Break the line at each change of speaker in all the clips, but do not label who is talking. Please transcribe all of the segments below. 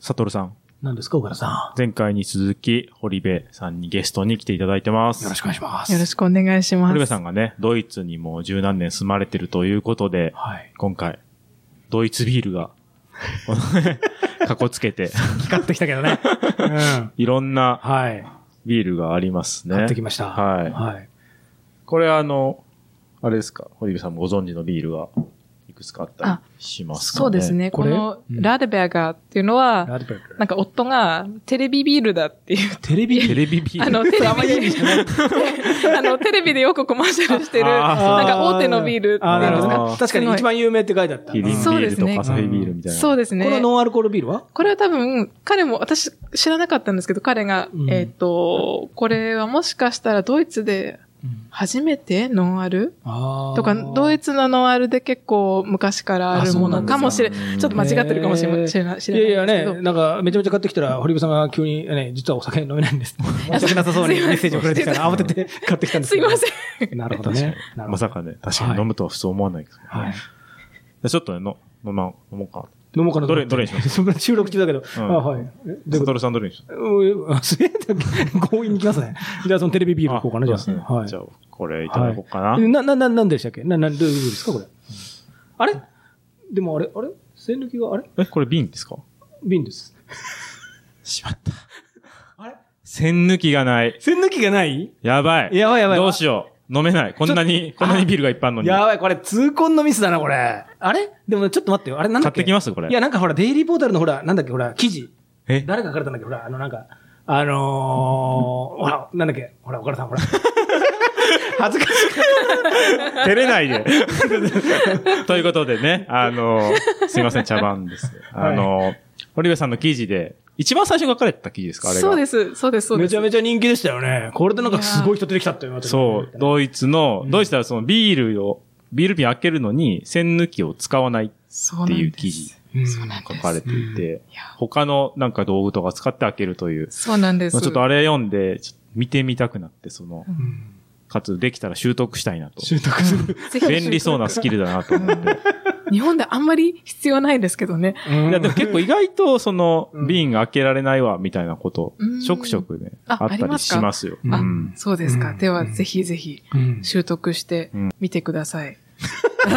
サトルさん、
何ですか、小倉さ
前回に続き、堀部さんにゲストに来ていただいてます。
ん。よろしくお願いします。
よろしくお願いします。
堀部さんがね、ドイツにもう十何年住まれてるということで、
はい。
今回、ドイツビールが、 かこつけて、
光ってきたけ どね。うん。
いろんな
はい。
ビールがありますね。
買ってきました。
はい
はい。
これあの、あれですか、堀部さんもご存知のビールがいくつかあったりしますかね。
そうです。ね。
こ
こ
れ
の
うん
ラデベアガーっていうのは、
ラードベル
なんか夫がテレビビールだっていう。
テレビ
テレビビール。
あの、テレビで、あの、テレビでよくコマーシャルしてる、
あー
なんか大手のビールってい
あー、な
う
るほど
の
ね
が。
あー
確かに一番有名って書いてあった。
キリンビ
うんこ
そう
ー
で
ル
す
と
ね
かアサヒビールみたいな。
そうです
れは
ね。
ノンアルコールビールは
これは多分、彼も、私知らなかったんですけど、彼が、
うん
えっ、と、これはもしかしたらドイツで初めてノンアル
あ
とか、ドイ
ツ
ツのノンアルで結構昔からあるものかもしれ
あ
ん
そうなんですね
ちょっと間違ってるかもしれ
へー
ない。知らない知
い
らない
やい
ですけ
や
ど
ね、なんか、めちゃめちゃ買ってきたら、堀部さんが急に、ね、実はお酒飲めない んです。申し訳なさそうにメッセージをくれてきたら、慌てて買ってきたんです
す
け
い
ど
ません。
なるほど
確かに
ね。なるほど
まさかね、確かに飲むとは普通思わないですけどね
はい。
でちょっとね、の飲ま、飲もうか。
飲もうかなと思っ
どれ
て
どれにしま
そんな収録中だけど。
う
あ、
ん
はい。えどういう
サ
こと
トルさんどれにします
うんあすげえ、 強引に来ますね。じゃあ、そのテレビビールいこうかな、じゃ
そうですね
あ。はい
じゃあ、これいただこうかな。
な、な、な、なんでしたっけな、な、どういうことですか、これ。あれでもあれ、あれ栓抜きが、あれ
え、これ瓶ですか
瓶です。
しま った。
あれ
栓抜きがない。
栓抜きがない
やばい。
やばいやばい
どうしよう。飲めない。こんなに、こんなにビールがいっぱいあるのに。
やばい、これ、痛恨のミスだな、これ。あれでもちょっと待ってよ。あれ、なん
買
だっ
っ
け
てきますこれ
いや、なんかほら、デイリーポータルのほら、なんだっけ、ほら、記事。
え
誰が書かれたんだっけ、ほら、あの、なんか、あのー、ほら、なんだっけ、ほら、岡田さん、ほら。 恥ずかしい。
照れないで。 ということでね、あの、すいません、茶番です。あの、堀部さんの記事で、一番最初に書かれてた記事ですかあれが。
そうです、そうです、そう
め
です
ち。ゃめちゃ人気でしたよね。これでなんかすごい人出てきたって言われて
そう、ドイツの、ドイツではそのビールを、ビール瓶開けるのに栓抜きを使わないっ
そう
て
ない
うん
で
記
す
事。
うん
そうなん
書
です。
かれていて
や、
他のなんか道具とか使って開けるという。
そうなんで
ちょ
す。
っとあれ読んで、ちょっと見てみたくなって、その
う、ん
うん
かつできたら習得したい なと。
習得す る。
ぜひ
便利そうなスキルだなと思って。
日本であんまり必要ないですけどね。
いや、でも結構意外と、その
う、ん
瓶開けられないわ、みたいなこと
う、ん
しょくしょくね、
あ
あった
あり
り
ますか
しますよ。う
あ
ん、
そうです
う
か。
ん
では、
うん
ぜひぜひ、
うん
習得して
うん
みてください。
あ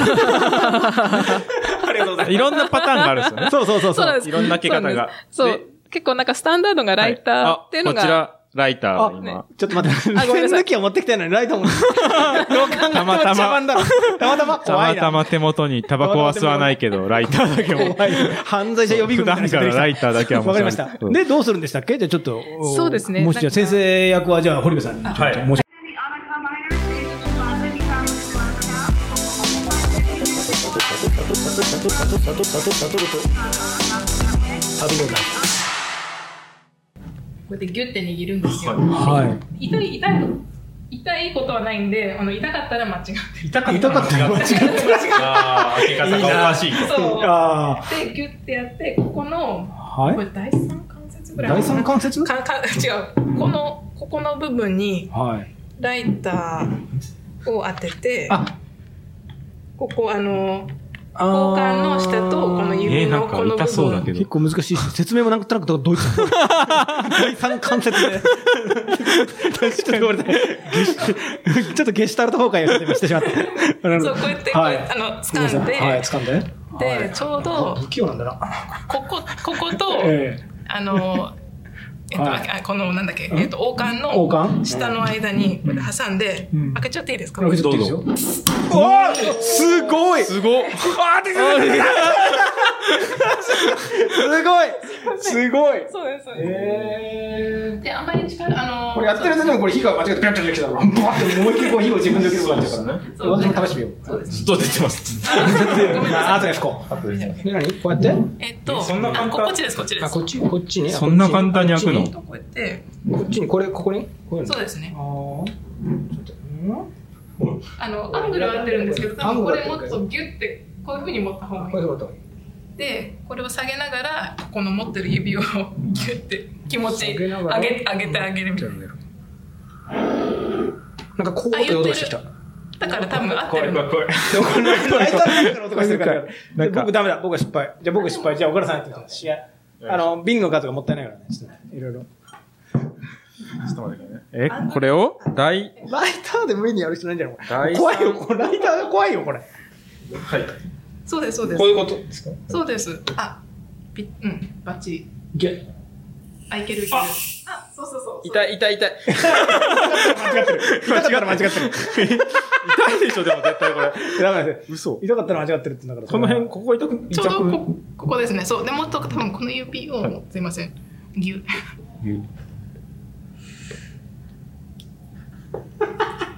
りがとうござい
いろんなパターンがあるんですよね。そうそうそう
そうなんです。
いろんな開け方が。
そうなん
で
です。そう。結構なんかスタンダードがライターっていうの
は
が、
こちら、ライターが
あ
今。
ちょっと待って、
あごめんな さ
栓抜
い
きを持ってきたのにライトも。
た
た
またま、
だろ。たまたま
た
怖い
ま
な。
たま手元にタバコは吸わないけど、ライターだけも。
怖い。犯罪者予備軍みたいな人出
普段から
てきた
ライターだけはもう
わかりました。
うん
で、どうするんでしたっけじゃあちょっと。お
そうですね
もしじゃあ先生役はじゃあ堀部さんに。はい。申し
the Annika Minor is Father Becomes Annika.
旅のない。
こうやってギュッて握るんですよ。
は
痛い、痛い、痛いことはないんで、あの、痛かったら間 違って
痛
い。痛かったよ。
ああ、開け
方がおかし
い。
る。そう。
あ
で、ギュッてやって、ここの、
あ。は
これ
い。
第三関節ぐらい
第三関節は
かか違うこのここの部分に
い。
ライターを当てて
あ、
ここあの
あ
交
ー
換の下とこの
え
指
ーな
の
んか
この部分、
痛そうだけど
結構難し いし、説明もなんとなくドイツ。第三関節で。ちょっとごめんなさいゲシ ュちょっとゲシュタルト崩壊をしてしまった。なるほ
そう
ど
こうやって、
はい
こうやってあ
ごめんな
の掴ん
さ
で、
いはい、掴んで。
で、
はい
ちょうど
不器用なんだな。
ここここと、
ええ
あのえっと、
はい
あこのなんだっけ、えっと、王冠
王
の
冠
下の間にこうやって挟んで、
うん
開けちゃっていいですか、
開けちゃっていいですよ。わーすごいす
すごっ
ごいすごい
そうですそうです、
えー
であんまり力あの
これやってる間にもこれ火が間違ってピャッピャッピャッピャッピャッピャッバーって思いっきりこう火を自分で受けるようになっちゃうからね。
そうで
私
すね
も試してみよう。
そうです
ずっと出てます。
ごめん
あ
なさ
後で吹こう。で、何こうやって
えっと、
そんな簡単
あここっちです、こっちで
あ、
す。
こっち、こっちね。
そんな簡単に開くの
こっち
こうやって、
にこっちに、これ、ここにこういうの
そうですね
あ。ーちょっとん
あの、アングルは合ってるんですけど、多分これもっとギュって、こういうふうに持った方がい
これ
い。
どうだった
で、これを下げながら、ここの持ってる指をギュって、気持ち、
下
上
げ
げ、
ながら
上げてあげるみたいな。
なんかこうって音がしてきた。
だから多分合ってる。
怖い。
ライトアップの音がしてるから
なんか
僕ダメだ。僕は失敗。じゃあ僕失敗。じゃあ岡田さんやってください。いや、あの、瓶の数がもったいないからね。ちょっとねいろいろ。
ちょっと待ってくださいね。え、これを大、
ライターで無理にやる人ないんじゃないこ
大
れ。
三
怖いよ、これ。ライターが怖い よ、これ。
はい。
そうです、そうで
こう
す。
いうことですか
そうです。あ、ぴうん、バッチリ。
げ
あ、いけるいける。あ、そうそうそう。
痛い、痛い、痛い。間違ってる。痛かったら間違ってる。
痛いでしょ、でも絶対これ。
ダメです。
嘘。
痛かったら間違ってるってだから。
この辺、ここ痛く、
ち
痛
ょ
く。
うどこここですね。そう。でもっと多分この指を、すいません。ぎゅ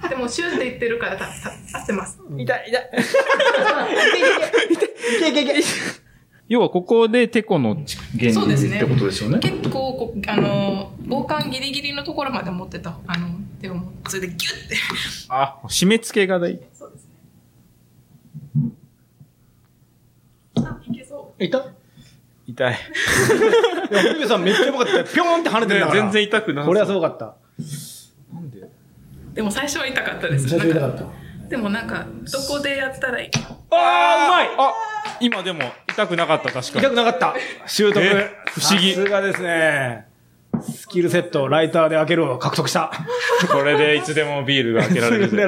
でもシューって言ってるからたた合ってます。
痛い、痛い。 痛い、痛い、痛い。痛い、痛い、
要はここでテコの原
そうです
理
ね
ってことですよね。
結構こあの防寒ギリギリのところまで持ってたあの手を持ってそれでギュって。
あ、締め付けが大
そうですね。あいけそう。
痛い。
痛い。
いや、堀部さんめっちゃよかったよ。ぴょーんって跳ねてるんだから。
全然痛くない。
これはすごかった。
なんで
でも最初は痛かったです。
最初痛
な
か
ん
っ
か
た。
でもなんかどこでやったらいい。
あー、うまいあ、今でも痛くなかった、確か
痛
に。
くなかった。習得
え。不思議
さすがですね。スキルセット、ライターで開けるを獲得した。
これでいつでもビールが開けられる
す
ぜ。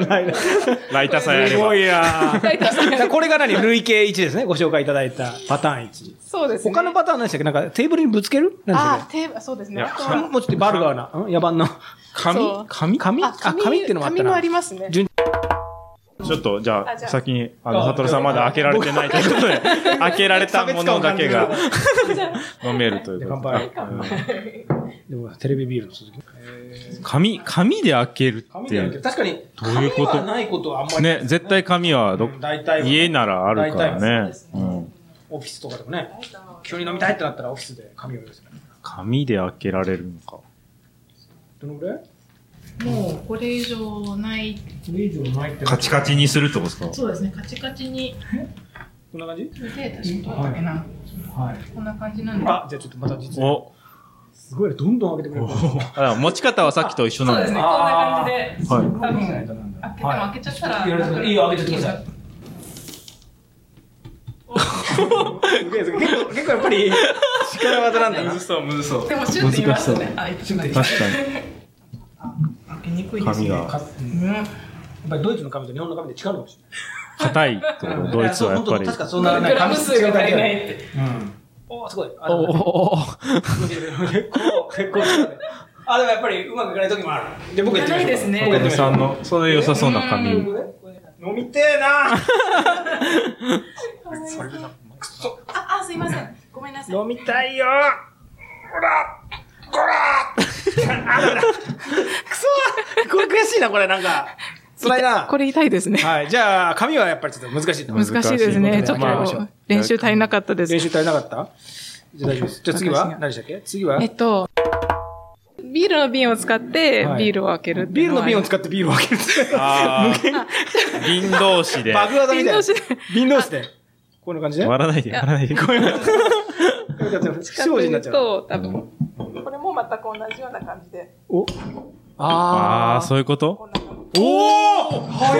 ライターさえあれ
ご
ば。
いやーこれが何累計1ですね。ご紹介いただいたパターン1。
そうですね。
他のパターン何でしたっけなんかテーブルにぶつける何で
あ
し
ーテーマそうです
い
ね。
や
あと
たっけ
は
もうちょっとバルガーな。ん野蛮の。
紙
そう
紙
紙あ、紙っていうのもあった
紙も
な
あ。りますね。
ちょっと、じゃ
あ
あ、
じゃあ
先に、あの、
あ
サトルさんまだ開けられてないということで、 開けられたものだけが飲めるというこ
乾
と
杯
で。。
でもテレビビールの続き。
紙、紙で開けるっていう。
確かに、
どういうこと
紙はないことはあんまり
ね、絶対紙はどっ
うん大体は
家ならあるからね。うん
オフィスとかでもね、急に飲みたいってなったらオフィスで紙を用意する。
紙で開けられるのか。
どのぐらい
もうこれ以上ない。
それ以上ないって
カチカチにするってことですか
そうですね。カチカチに。
こんな感じ
で確かどうだっけな。
はい。
こんな感じなんで。
あ、じゃあちょっとまた実演。
お
すごいね、どんどん上げてくれる。
あ持ち方はさっきと一緒
そう
なん
で
ですす
ね。こ
ね。
んな感じで。
はい
多分開けても開けちゃったら。
いいよ、上げてください。すげえすげえ結構、結構やっぱり、力技なんだな。
そう、むずそ
でもシュッて言いましたね。あ、痛くない。
確か
開けにくい
に
です
紙
ね。
が
かやっぱりドイツの紙と日本の紙で違うのかもし
硬いってこ
れな
と
い。
ドイツはやっぱ
い
り
やそう本当。確かそ
うんん。
な、
グラム数が足りないって。
うん。おーすごい。あ
おおお
結構、結構力で。あ、でもやっぱりうまくいかない時もある。で、僕やってみましょう
いかないですね
僕 やってみましょう
さんの、それ良さそうな紙。
う
飲みてえな
あ、あ、すいません。ごめんなさい。
飲みたいよほらほらあ、ダメだ。くそこれ悔しいな、これなんか。辛いな。
これ痛いですね。
はい。じゃあ、紙はやっぱりちょっと難しいと思い
難
ます。
しいですね。ちょっ
まあ
と練習足りなかったです
練。習足りなかったじゃあ大丈夫です。じゃあ次
私
は
が
何でしたっけ次は
えっと、ビールの瓶を使って
はい
ビールを開けるって
ビールの瓶を
っ
使ってビールを開ける。
あー瓶同士で。
バグ技みたいな
瓶同士で。
瓶同士で。こんな感じで。
割らないで、割らないで。こういう
不祥事になっちゃう。
と、多分、これも全く同じような感じで、
お
ああ、
あ
そういうこと
こんな感じ。
おお
ー。早っ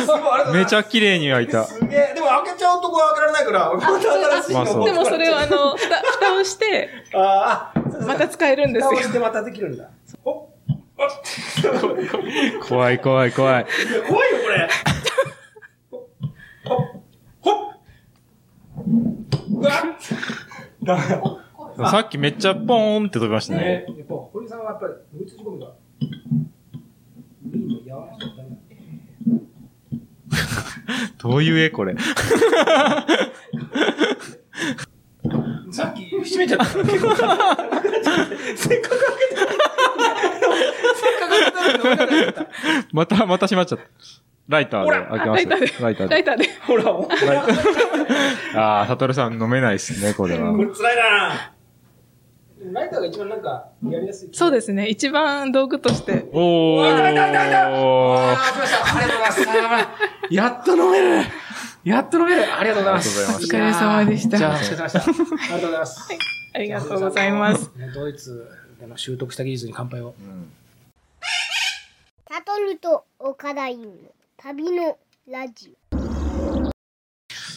すごいあれだな
めちゃ綺麗に開いた。
すげえ。でも開けちゃうとこは開けられないから、また新しい
ま
の
あそう
でもそれをあの、蓋蓋をして、
あーあ、そうそう
また使えるんです
蓋を
よ。
してまたできるんだ。お
怖い怖い怖い。
いや怖いよ、これ。ほほほうわっダメだ。
さっきめっちゃポーンって飛びましたね。
ね、やっぱ堀さんはやっぱりドイツ仕込みが。いいの柔らかいのダメだ
どういう絵これ。
さっき閉めちゃった。 せっかく開けた。せっかく開けたのに。せっかく開けたのに分かんなかっ
また、また閉まっちゃった。ライターで開けま
ライター
し
で
た。ライター
ライ
で。
ターで。
た。ほら、お前こ
ああ、サトルさん飲めないですね、これ は。
れ辛いな。でもライターが一番なんかやりやすい。
そう
で
ですね。一番道具として。
おー。
あー、来ました。ありがとうございます。やっと飲める。やっと飲める。ありがとうございます。
ありがとうご
ざいますお疲れ様でした
いやーじゃあ、お疲れ様でした。ありがとうございます。
ありがとうございます。
ね。ドイツでの習得した技術に乾杯を。
うん
タトルと岡田優の旅のラジオ。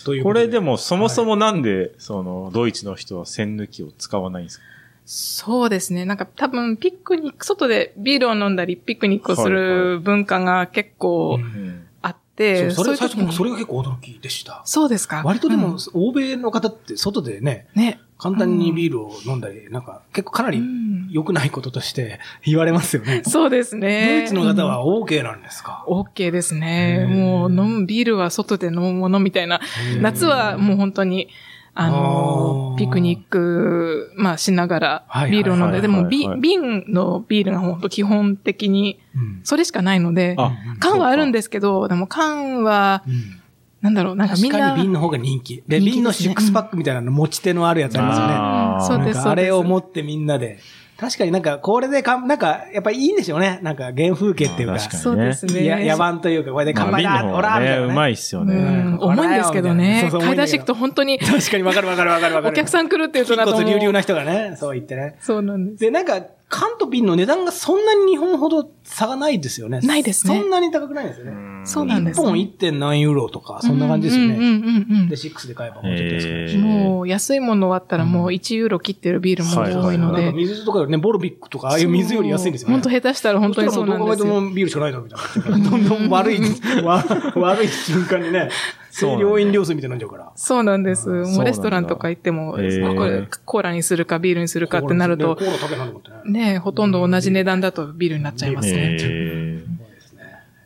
という
これで
も、
もそもそもなんで、その、ドイツの人は栓抜きを使わないんですか
そうですね。なんか多分ピクニック、外でビールを飲んだりピクニックをす
はい
る文化が結
う
構
ん
あって、
そうそれ
うい
最
う時
初
に
僕それが結構驚きでした。
そうですか。
割とで
う
も
ん、
欧米の方って外でね、
ね。
簡単にビールを飲んだり、なんか結構かな
う
り
ん
良くないこととして言われますよね。
そうですね。
ドイツの方は OK なんですか、
オッケーですね。
うん
もう飲む、ビールは外で飲むものみたいな。
うん
夏はもう本当に、あの
あー
ピクニック、まあしながら
はいはいはいはい
ビールを飲んで、でもビ
はいはい
瓶のビールが本当基本的に
うん
それしかないので、
あ
缶はあるんですけど、でも缶は、
うん
なんだろう、なんか
確
みん
か
な
に、瓶の方が人気。で、
人気ですね
瓶のシックスパックみたいなの持ち手のあるやつありますよね。
あー
そう
な
で
ん
す、
か
そ
あ
うです。
れを持ってみんなで。確かになんか、これでかん、なんか、やっぱいいんでしょうね。なんか、原風景っていう
ま
か。
あ確か
そうですね。
や野蛮というか、これで
ま
乾
あ
杯
瓶の
だ、
方
おら
が
み
ね、
たいなね
うまいっすよね。
うん重いんですけどね
そう。そう重い
買
ん
い
だけど
出していくと本当に、
確かにわかるわかるわかるわかる。
お客さん来るっていうとな
筋
ん
骨
かも
隆々
う
な人がね、そう言ってね。
そうなんです。
で、なんか、缶と瓶の値段がそんなに日本ほど差がないですよね。
ないですね
そんなに高くないですよね。
そうなんです
1本 1. 点何ユーロとか、そんな感じですよ
うんう
ね。
んうんうんうん
で、6で買えばもうちょっと安くなるし
えー
もう安いもの終わったらもう1ユーロ切ってるビールも多いの
なんか
で。
水とかよりね、ボルビックとか、ああいう水より安いんですよね。
本当下手したら本当にそうなんで
そし
す
たらもうどこま
よ。
でもビールしかないだろみたいな。どんどん悪い、わ悪い瞬間にね、
そうなんだ
清涼飲料水みたいになっちゃうから。
そうなんです。
うん
そうなんだ
もうレストランとか行っても、こ
へー
れコーラにするかビールにするかってなると
コ、ーラ食べなと思ってね。
ねえほとんど同じ値段だとビールになっちゃいますね。
えー
そうですね。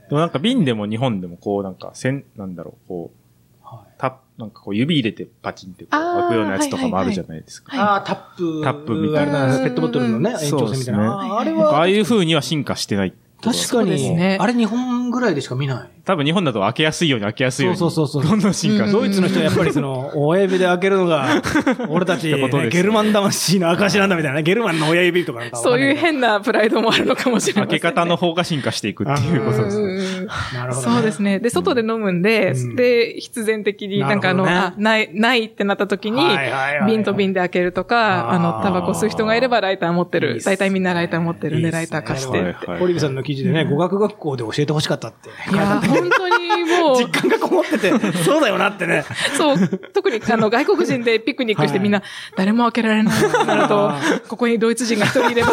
でもなんか瓶でも日本でもこうなんか栓、なんだろう、こう、
はい
た、なんかこう指入れてパチンってこう
あー
開くようなやつとかもあるじゃないですか。
はい
ああ、タップ。
タップみたいな
あれだペットボトルのね、延長線みたいな。
そう
ですね
ああれ
なん かあ
は
あ、いう風には進化してないってこと
確か
そうです
に、
ね
あれ日本ぐらいでしか見ない。
多分日本だと開けやすいように開けやすいように。
そうそうそうそう
どんどん進化して
ドイツの人はやっぱりその、親指で開けるのが、俺たち、
ってことですね
ねゲルマン魂の証なんだみたいなね、ゲルマンの親指とかなんかわかん
そう
な
いう
けど。
変なプライドもあるのかもしれな
開
い。
け方の方が進化していくっていうことですね。
うん
なるほど、
そうです。ね。で、外で飲むんで、
うん
で、必然的になんかあの、
なるほ
あ、
ど
ない、ないってなった時に、
はいはいはい
瓶と瓶で開けるとか、
あ
あ
ー
の、タバコ吸う人がいればライター持って
いいっ
る。
すね
大体みんなライター持ってるん
いい
で、
っすね
ライター貸し
は
て
い
って。
はい
堀部さんの記事でね、語学学校で教えてほしかったって。
いやー、本当にも
実
う、
感がこもってて、 そうだよなってね。
そう、特にあの、外国人でピクニックしてみんな、誰も開けられないってなる と、ここにドイツ人が一人いれば、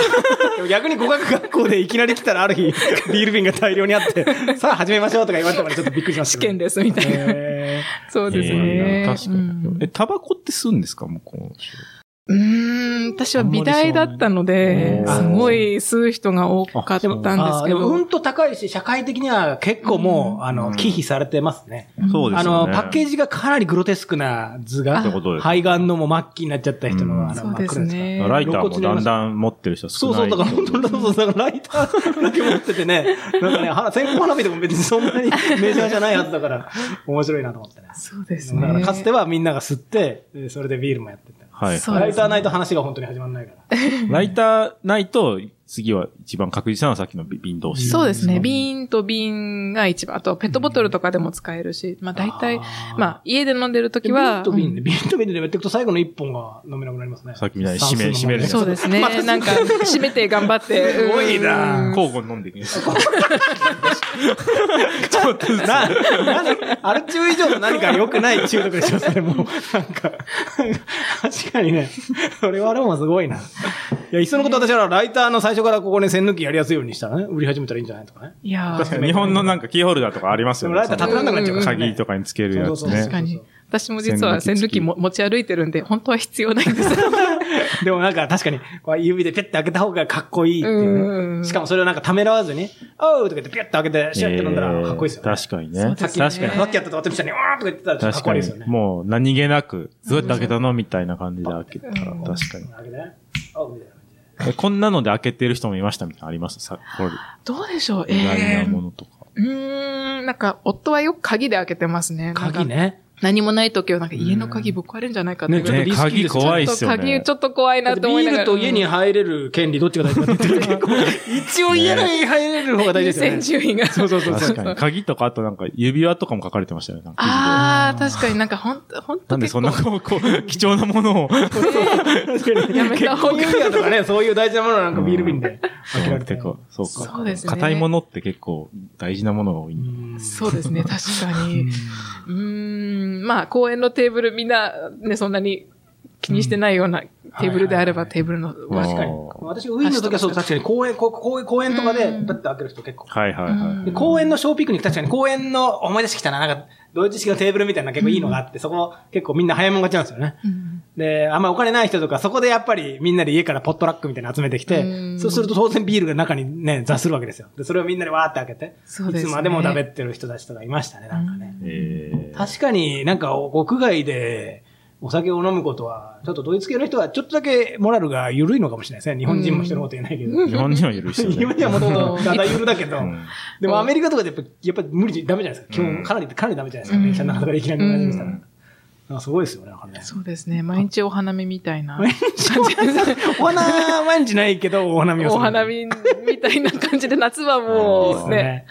でも逆に語学学校でいきなり来たらある日、ビール瓶が大量にあって、さあ始めましょうとか言われたからちょっとびっくりしまし
試
たけ
験
ど。
です、みたいな。
へ
そうです
え
ね。
ー確か
うん
に。え、タバコって吸うんですか向こうの人
うーん、私は美大だったので、
あんまりそう
す
ね
ごい吸う人が多かったん
ー
です
あー
け
でも
ど。
うんと高いし、社会的には結構もう、あ
う
の、
ん
忌避されてますね。
そう
あの、パッケー
ジ。
ジがかなりグロテスクな図
あ
が
ってこと、です
肺がんのもう末期になっちゃった人
うん
の、あの、
そう
真っ
です
黒ですから。
ね。
ライターもだんだん持ってる人
そ
少
うそ
な
う、
い。
だから本当に、そうそう、だからライターだけ持っててね、なんかね、は線香花火でも別にそんなにメジャーじゃないはずだから、面白いなと思ってね。
そうです
だか
ね。
らかつてはみんなが吸って、でそれでビールもやってて。
はい
そう
ライターないと話が本当に始まらないから。
ライターないと、次は一番確実なのはさっきの瓶同士。
そうです
う
ね。
ん
瓶と瓶が一番。あと、ペットボトルとかでも使えるし、まあ大体、まあ家で飲んでるとき
ビ
は、
ン
う
と瓶で、
ん
ビンと瓶でやっていくと最後の一本が飲めなくなりますね。
さっきみたいに締め
算数の問題
締
そうで すね。なんか、締めて頑張って。
すごいな
交互に飲んでいくんです。
な、な、アル中以上の何か良くない中毒でしょ、それもう。なんか、確かにね、それはでもすごいな。いや、いっそのこと私はライターの最初からここね、線抜きやりやすいようにしたらね、売り始めたらいいんじゃないとかね。
いやー
日本のなんかキーホルダーとかあります
で
よ
も
ね。
ライター立てらんなくなっちゃうからね。
鍵とかにつけるやつ
そうそう
ね
そ
確
う。
かに。私も実は栓抜きも持ち歩いてるんで、本当は必要ない んです。
でもなんか確かに、こう指でピュッて開けた方がかっこいいっていう
うん
ね。しかもそれをなんかためらわずに、おうとか言ってピュッて開けて、シュッて飲んだらかっこいいですよ
え
ね。
ー確かにね。
そう
確
です
か
ね
に。
さっきやったと私みたいに、わーとか言ってたらちょっとかっ
確か
こい
に
いですよね。
もう何気なく、どうやって開けたのみたいな感じで開けたら、
うん
確かに。
開けてねおうみたいな感じ
え
で
こんなので開けてる人もいましたみたいなのありますさ、これ、
どうでしょう
意外
え
な
ー
ものとか。
うーん、なんか、夫はよく鍵で開けてますね。なんか
鍵ね。
何もない時は、なんか家の鍵ぶっ壊れるんじゃないかっていう
ねちょっとリスキー
鍵
ですよ
怖いっすよね。
鍵ちょっと怖い
だっ
な
て
と
ビ
思いな
ー
がら。
ルと家に入れる権利どっちが大事かって言ってるけど一応家に入れる方が大事ですよね。
優先順位が。
そうそうそうそ
確
う
かに。鍵とか、あとなんか指輪とかも書かれてましたよね。なんか記事で
ああ、確かになんかほんと、ほんと
なんで
結
そ
構
んなこう、こう、貴重なものを。
確かに
やめた方が
結婚指輪とかね、そういう大事なものなんかビール瓶で。開けられて
結構、そうか。
そうですね
硬いものって結構大事なものが多いんだ。
そうですね、確かに。うーん、まあ、公園のテーブルみんな、ね、そんなに気にしてないようなテーブルであれば、
はいはいはい
テーブルの、
あー
確かに。私がウィーンの時はそう、確かに公園、こうこう公園とかで、だって開ける人結構。
はいはい
うん
は
で公園のショーピクニック、確かに公園の、思い出してきたな、なんか、同時式のテーブルみたいな結構いいのがあって、そこ結構みんな早いもん勝ちなんですよね。
うん
で、あんまりお金ない人とか、そこでやっぱりみんなで家からポットラックみたいなの集めてき
う
て、
ん
そうすると当然ビールが中にね、座するわけですよ。で、それをみんなでわーって開けて、
そうです
い
ね
つまでも食べってる人たちとかいましたね、なんかね。
い。えー
確かになんか屋外でお酒を飲むことは、ちょっとドイツ系の人はちょっとだけモラルが緩いのかもしれないですね。日本人も人のこと言えないけど。
日本人は許して
日本人はもともとだだ緩だけど、
うん
でもアメリカとかでやっぱやっぱ無理じゃダメじゃないですか。
うん
今日かなり、かなりダメじゃないですか。
うん
電車の中とかでいきなり同じしたら。
うん
なんかすごいですよね、だからね。
そうですね、毎日お花見み たいな。
毎日お花お花毎日ないけど、お花見をす
お
る。
花
い
見みたいな感じで、夏はい
いっ
も
す
うね、
ね。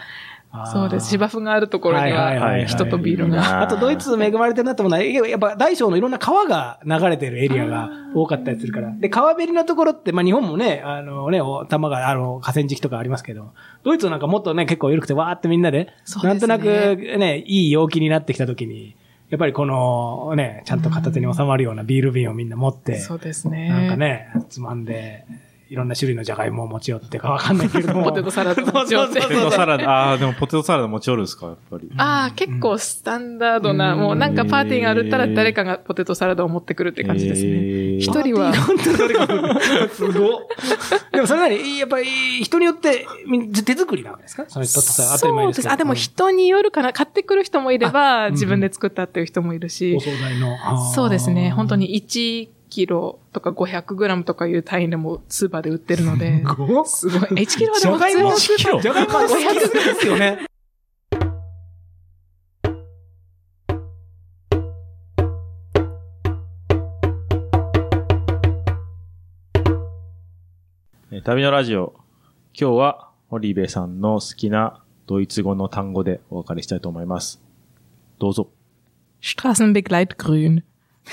あー
そうです。芝生があるところに
はいはいはい
は
はい
人とビール
いい
が。
な
あとドイツ恵まれてるなって思うのは、やっぱ大小のいろんな川が流れてるエリアが多かったりするから。で、川べりのところって、まあ日本もね、あのね、お玉が、あの、河川敷とかありますけど、ドイツなんかもっとね、結構緩くてわーってみんなで、
そう
なん
で
と
すね
なくね、いい陽気になってきた時に、やっぱりこのね、ちゃんと片手に収まるようなビール瓶をみんな持って、
そうですね。
なんかね、つまんで、いろんな種類のジャガイモを持ち寄ってかわかんないけれども。
ポテトサラダ持ち寄って
そう
ポテ
そうそ
ト
う
サラダ、ああ、でもポテトサラダ持ち寄るんですか、やっぱり。
ああ、結構スタンダードな、
うん
もうなんかパーティーがあるったら誰かがポテトサラダを持ってくるって感じですね。
えー
一人は、
本当にどれか すごっでもそれなり、やっぱり人によってみ手作りなわけですかその人ってさ当たり前
そう
ですけ
です。
ど。
あ、でも人によるかな。買ってくる人もいれば、
うん
自分で作ったっていう人もい
う
る
ん
し
お。惣菜の。あー
そうですね。本当。に1キロとか500グラムとかいう単位でもスーパーで売ってるので。
すごっ
すごい。1キロは
じ
で
ゃ
も
が
普
い
通
も
のスーパー
じゃがいもは好きですよね。
えー旅のラジオ。今日は、堀部さんの好きなドイツ語の単語でお別れしたいと思います。どうぞ。
Straßenbegleitgrün.
な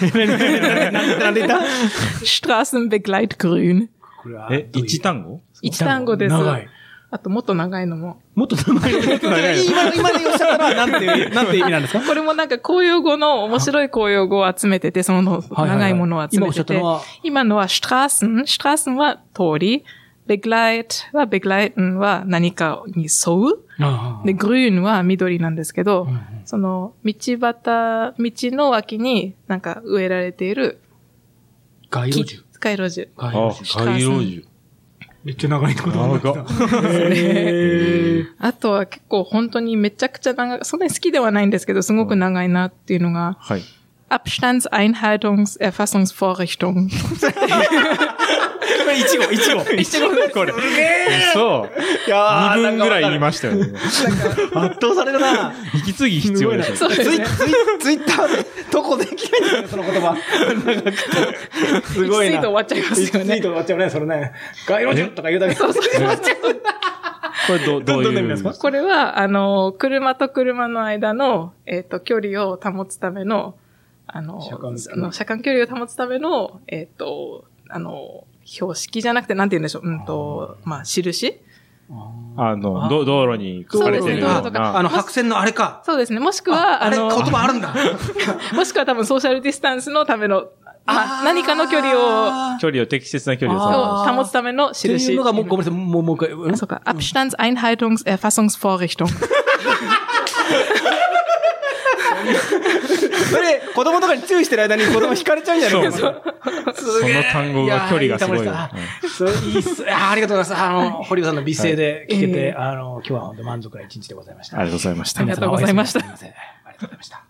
んで言った
Straßenbegleitgrün.
これは
え、一単語
一単語です
長い。
あともっと長いのも。
もっと長い。今、今でおっしゃったのはなんていう、なんて意味なんですか
これもなんか公用語の、面白い公用語を集めてて、その長いものを集めてて。
はいはいはい
今のは Straßen、Straßen は通り、Begleit は Begleiten は何かに沿う。
あ
で、Grün は緑なんですけど、
んうん
その道端、道の脇になんか植えられている
街路
木
樹。、
街路樹。
街
あ
路、樹。
街路樹。
めっちゃ長いってことなん
長
だ
っ
へー
あとは結構本当にめちゃくちゃ長い、そんなに好きではないんですけど、すごく長いなっていうのが、
はい。
Abstandseinhaltungserfassungsvorrichtung。
これ一号、一 号。
一語です
これ。嘘。
いや
二分ぐらい言い
今。
ましたよね。
圧倒されるな。
引き継ぎ必要でし
そ
ょ。
うです ね。
ツイツイッターで、どこできないんですかね、その言葉。すごい
一
な。
ツイート終わっちゃいますよ
一ツイ
ね
ート終わっちゃうね、それね。街路樹とか言うだけ。
そうそうそう
これど、どう
どんな意
いう
味ですか
これは、あの、車と車の間の、えっ、と、距離を保つための、あの、
車間距離
あの車間距離を保つための、えっ、と、あの、標識じゃなくて、なんて言うんでしょう、うんと、まあ、印
あの、ど道路に書かれてるよ
そう
う
ですね
あ
な。
の、白線のあれか。
そうですね。もしく
あ
は、
あ
あ
れ、言
の、
葉あるんだ。
もしくは多分ソーシャルディスタンスのための、ま
あー
あ、何かの距離を、
距離を適切な距離を
あ
さ。
を保つための
って
印。
いうのが、もうごめんなさい、もう、もう一回。うん
あそうか。Abstandseinhaltungserfassungsvorrichtung。
それ、子供とかに注意してる間に子供惹かれちゃうんじゃないですか。
その単語が距離がすごい
い
よ。
やそういいっす。あーありがとうございます。あの、堀部さんの美声で聞けて、あの、今日は本当満足な一日でございました。
ありがとうございました
あり。がとうございました
皆様おやすみなさいませありがとうございました。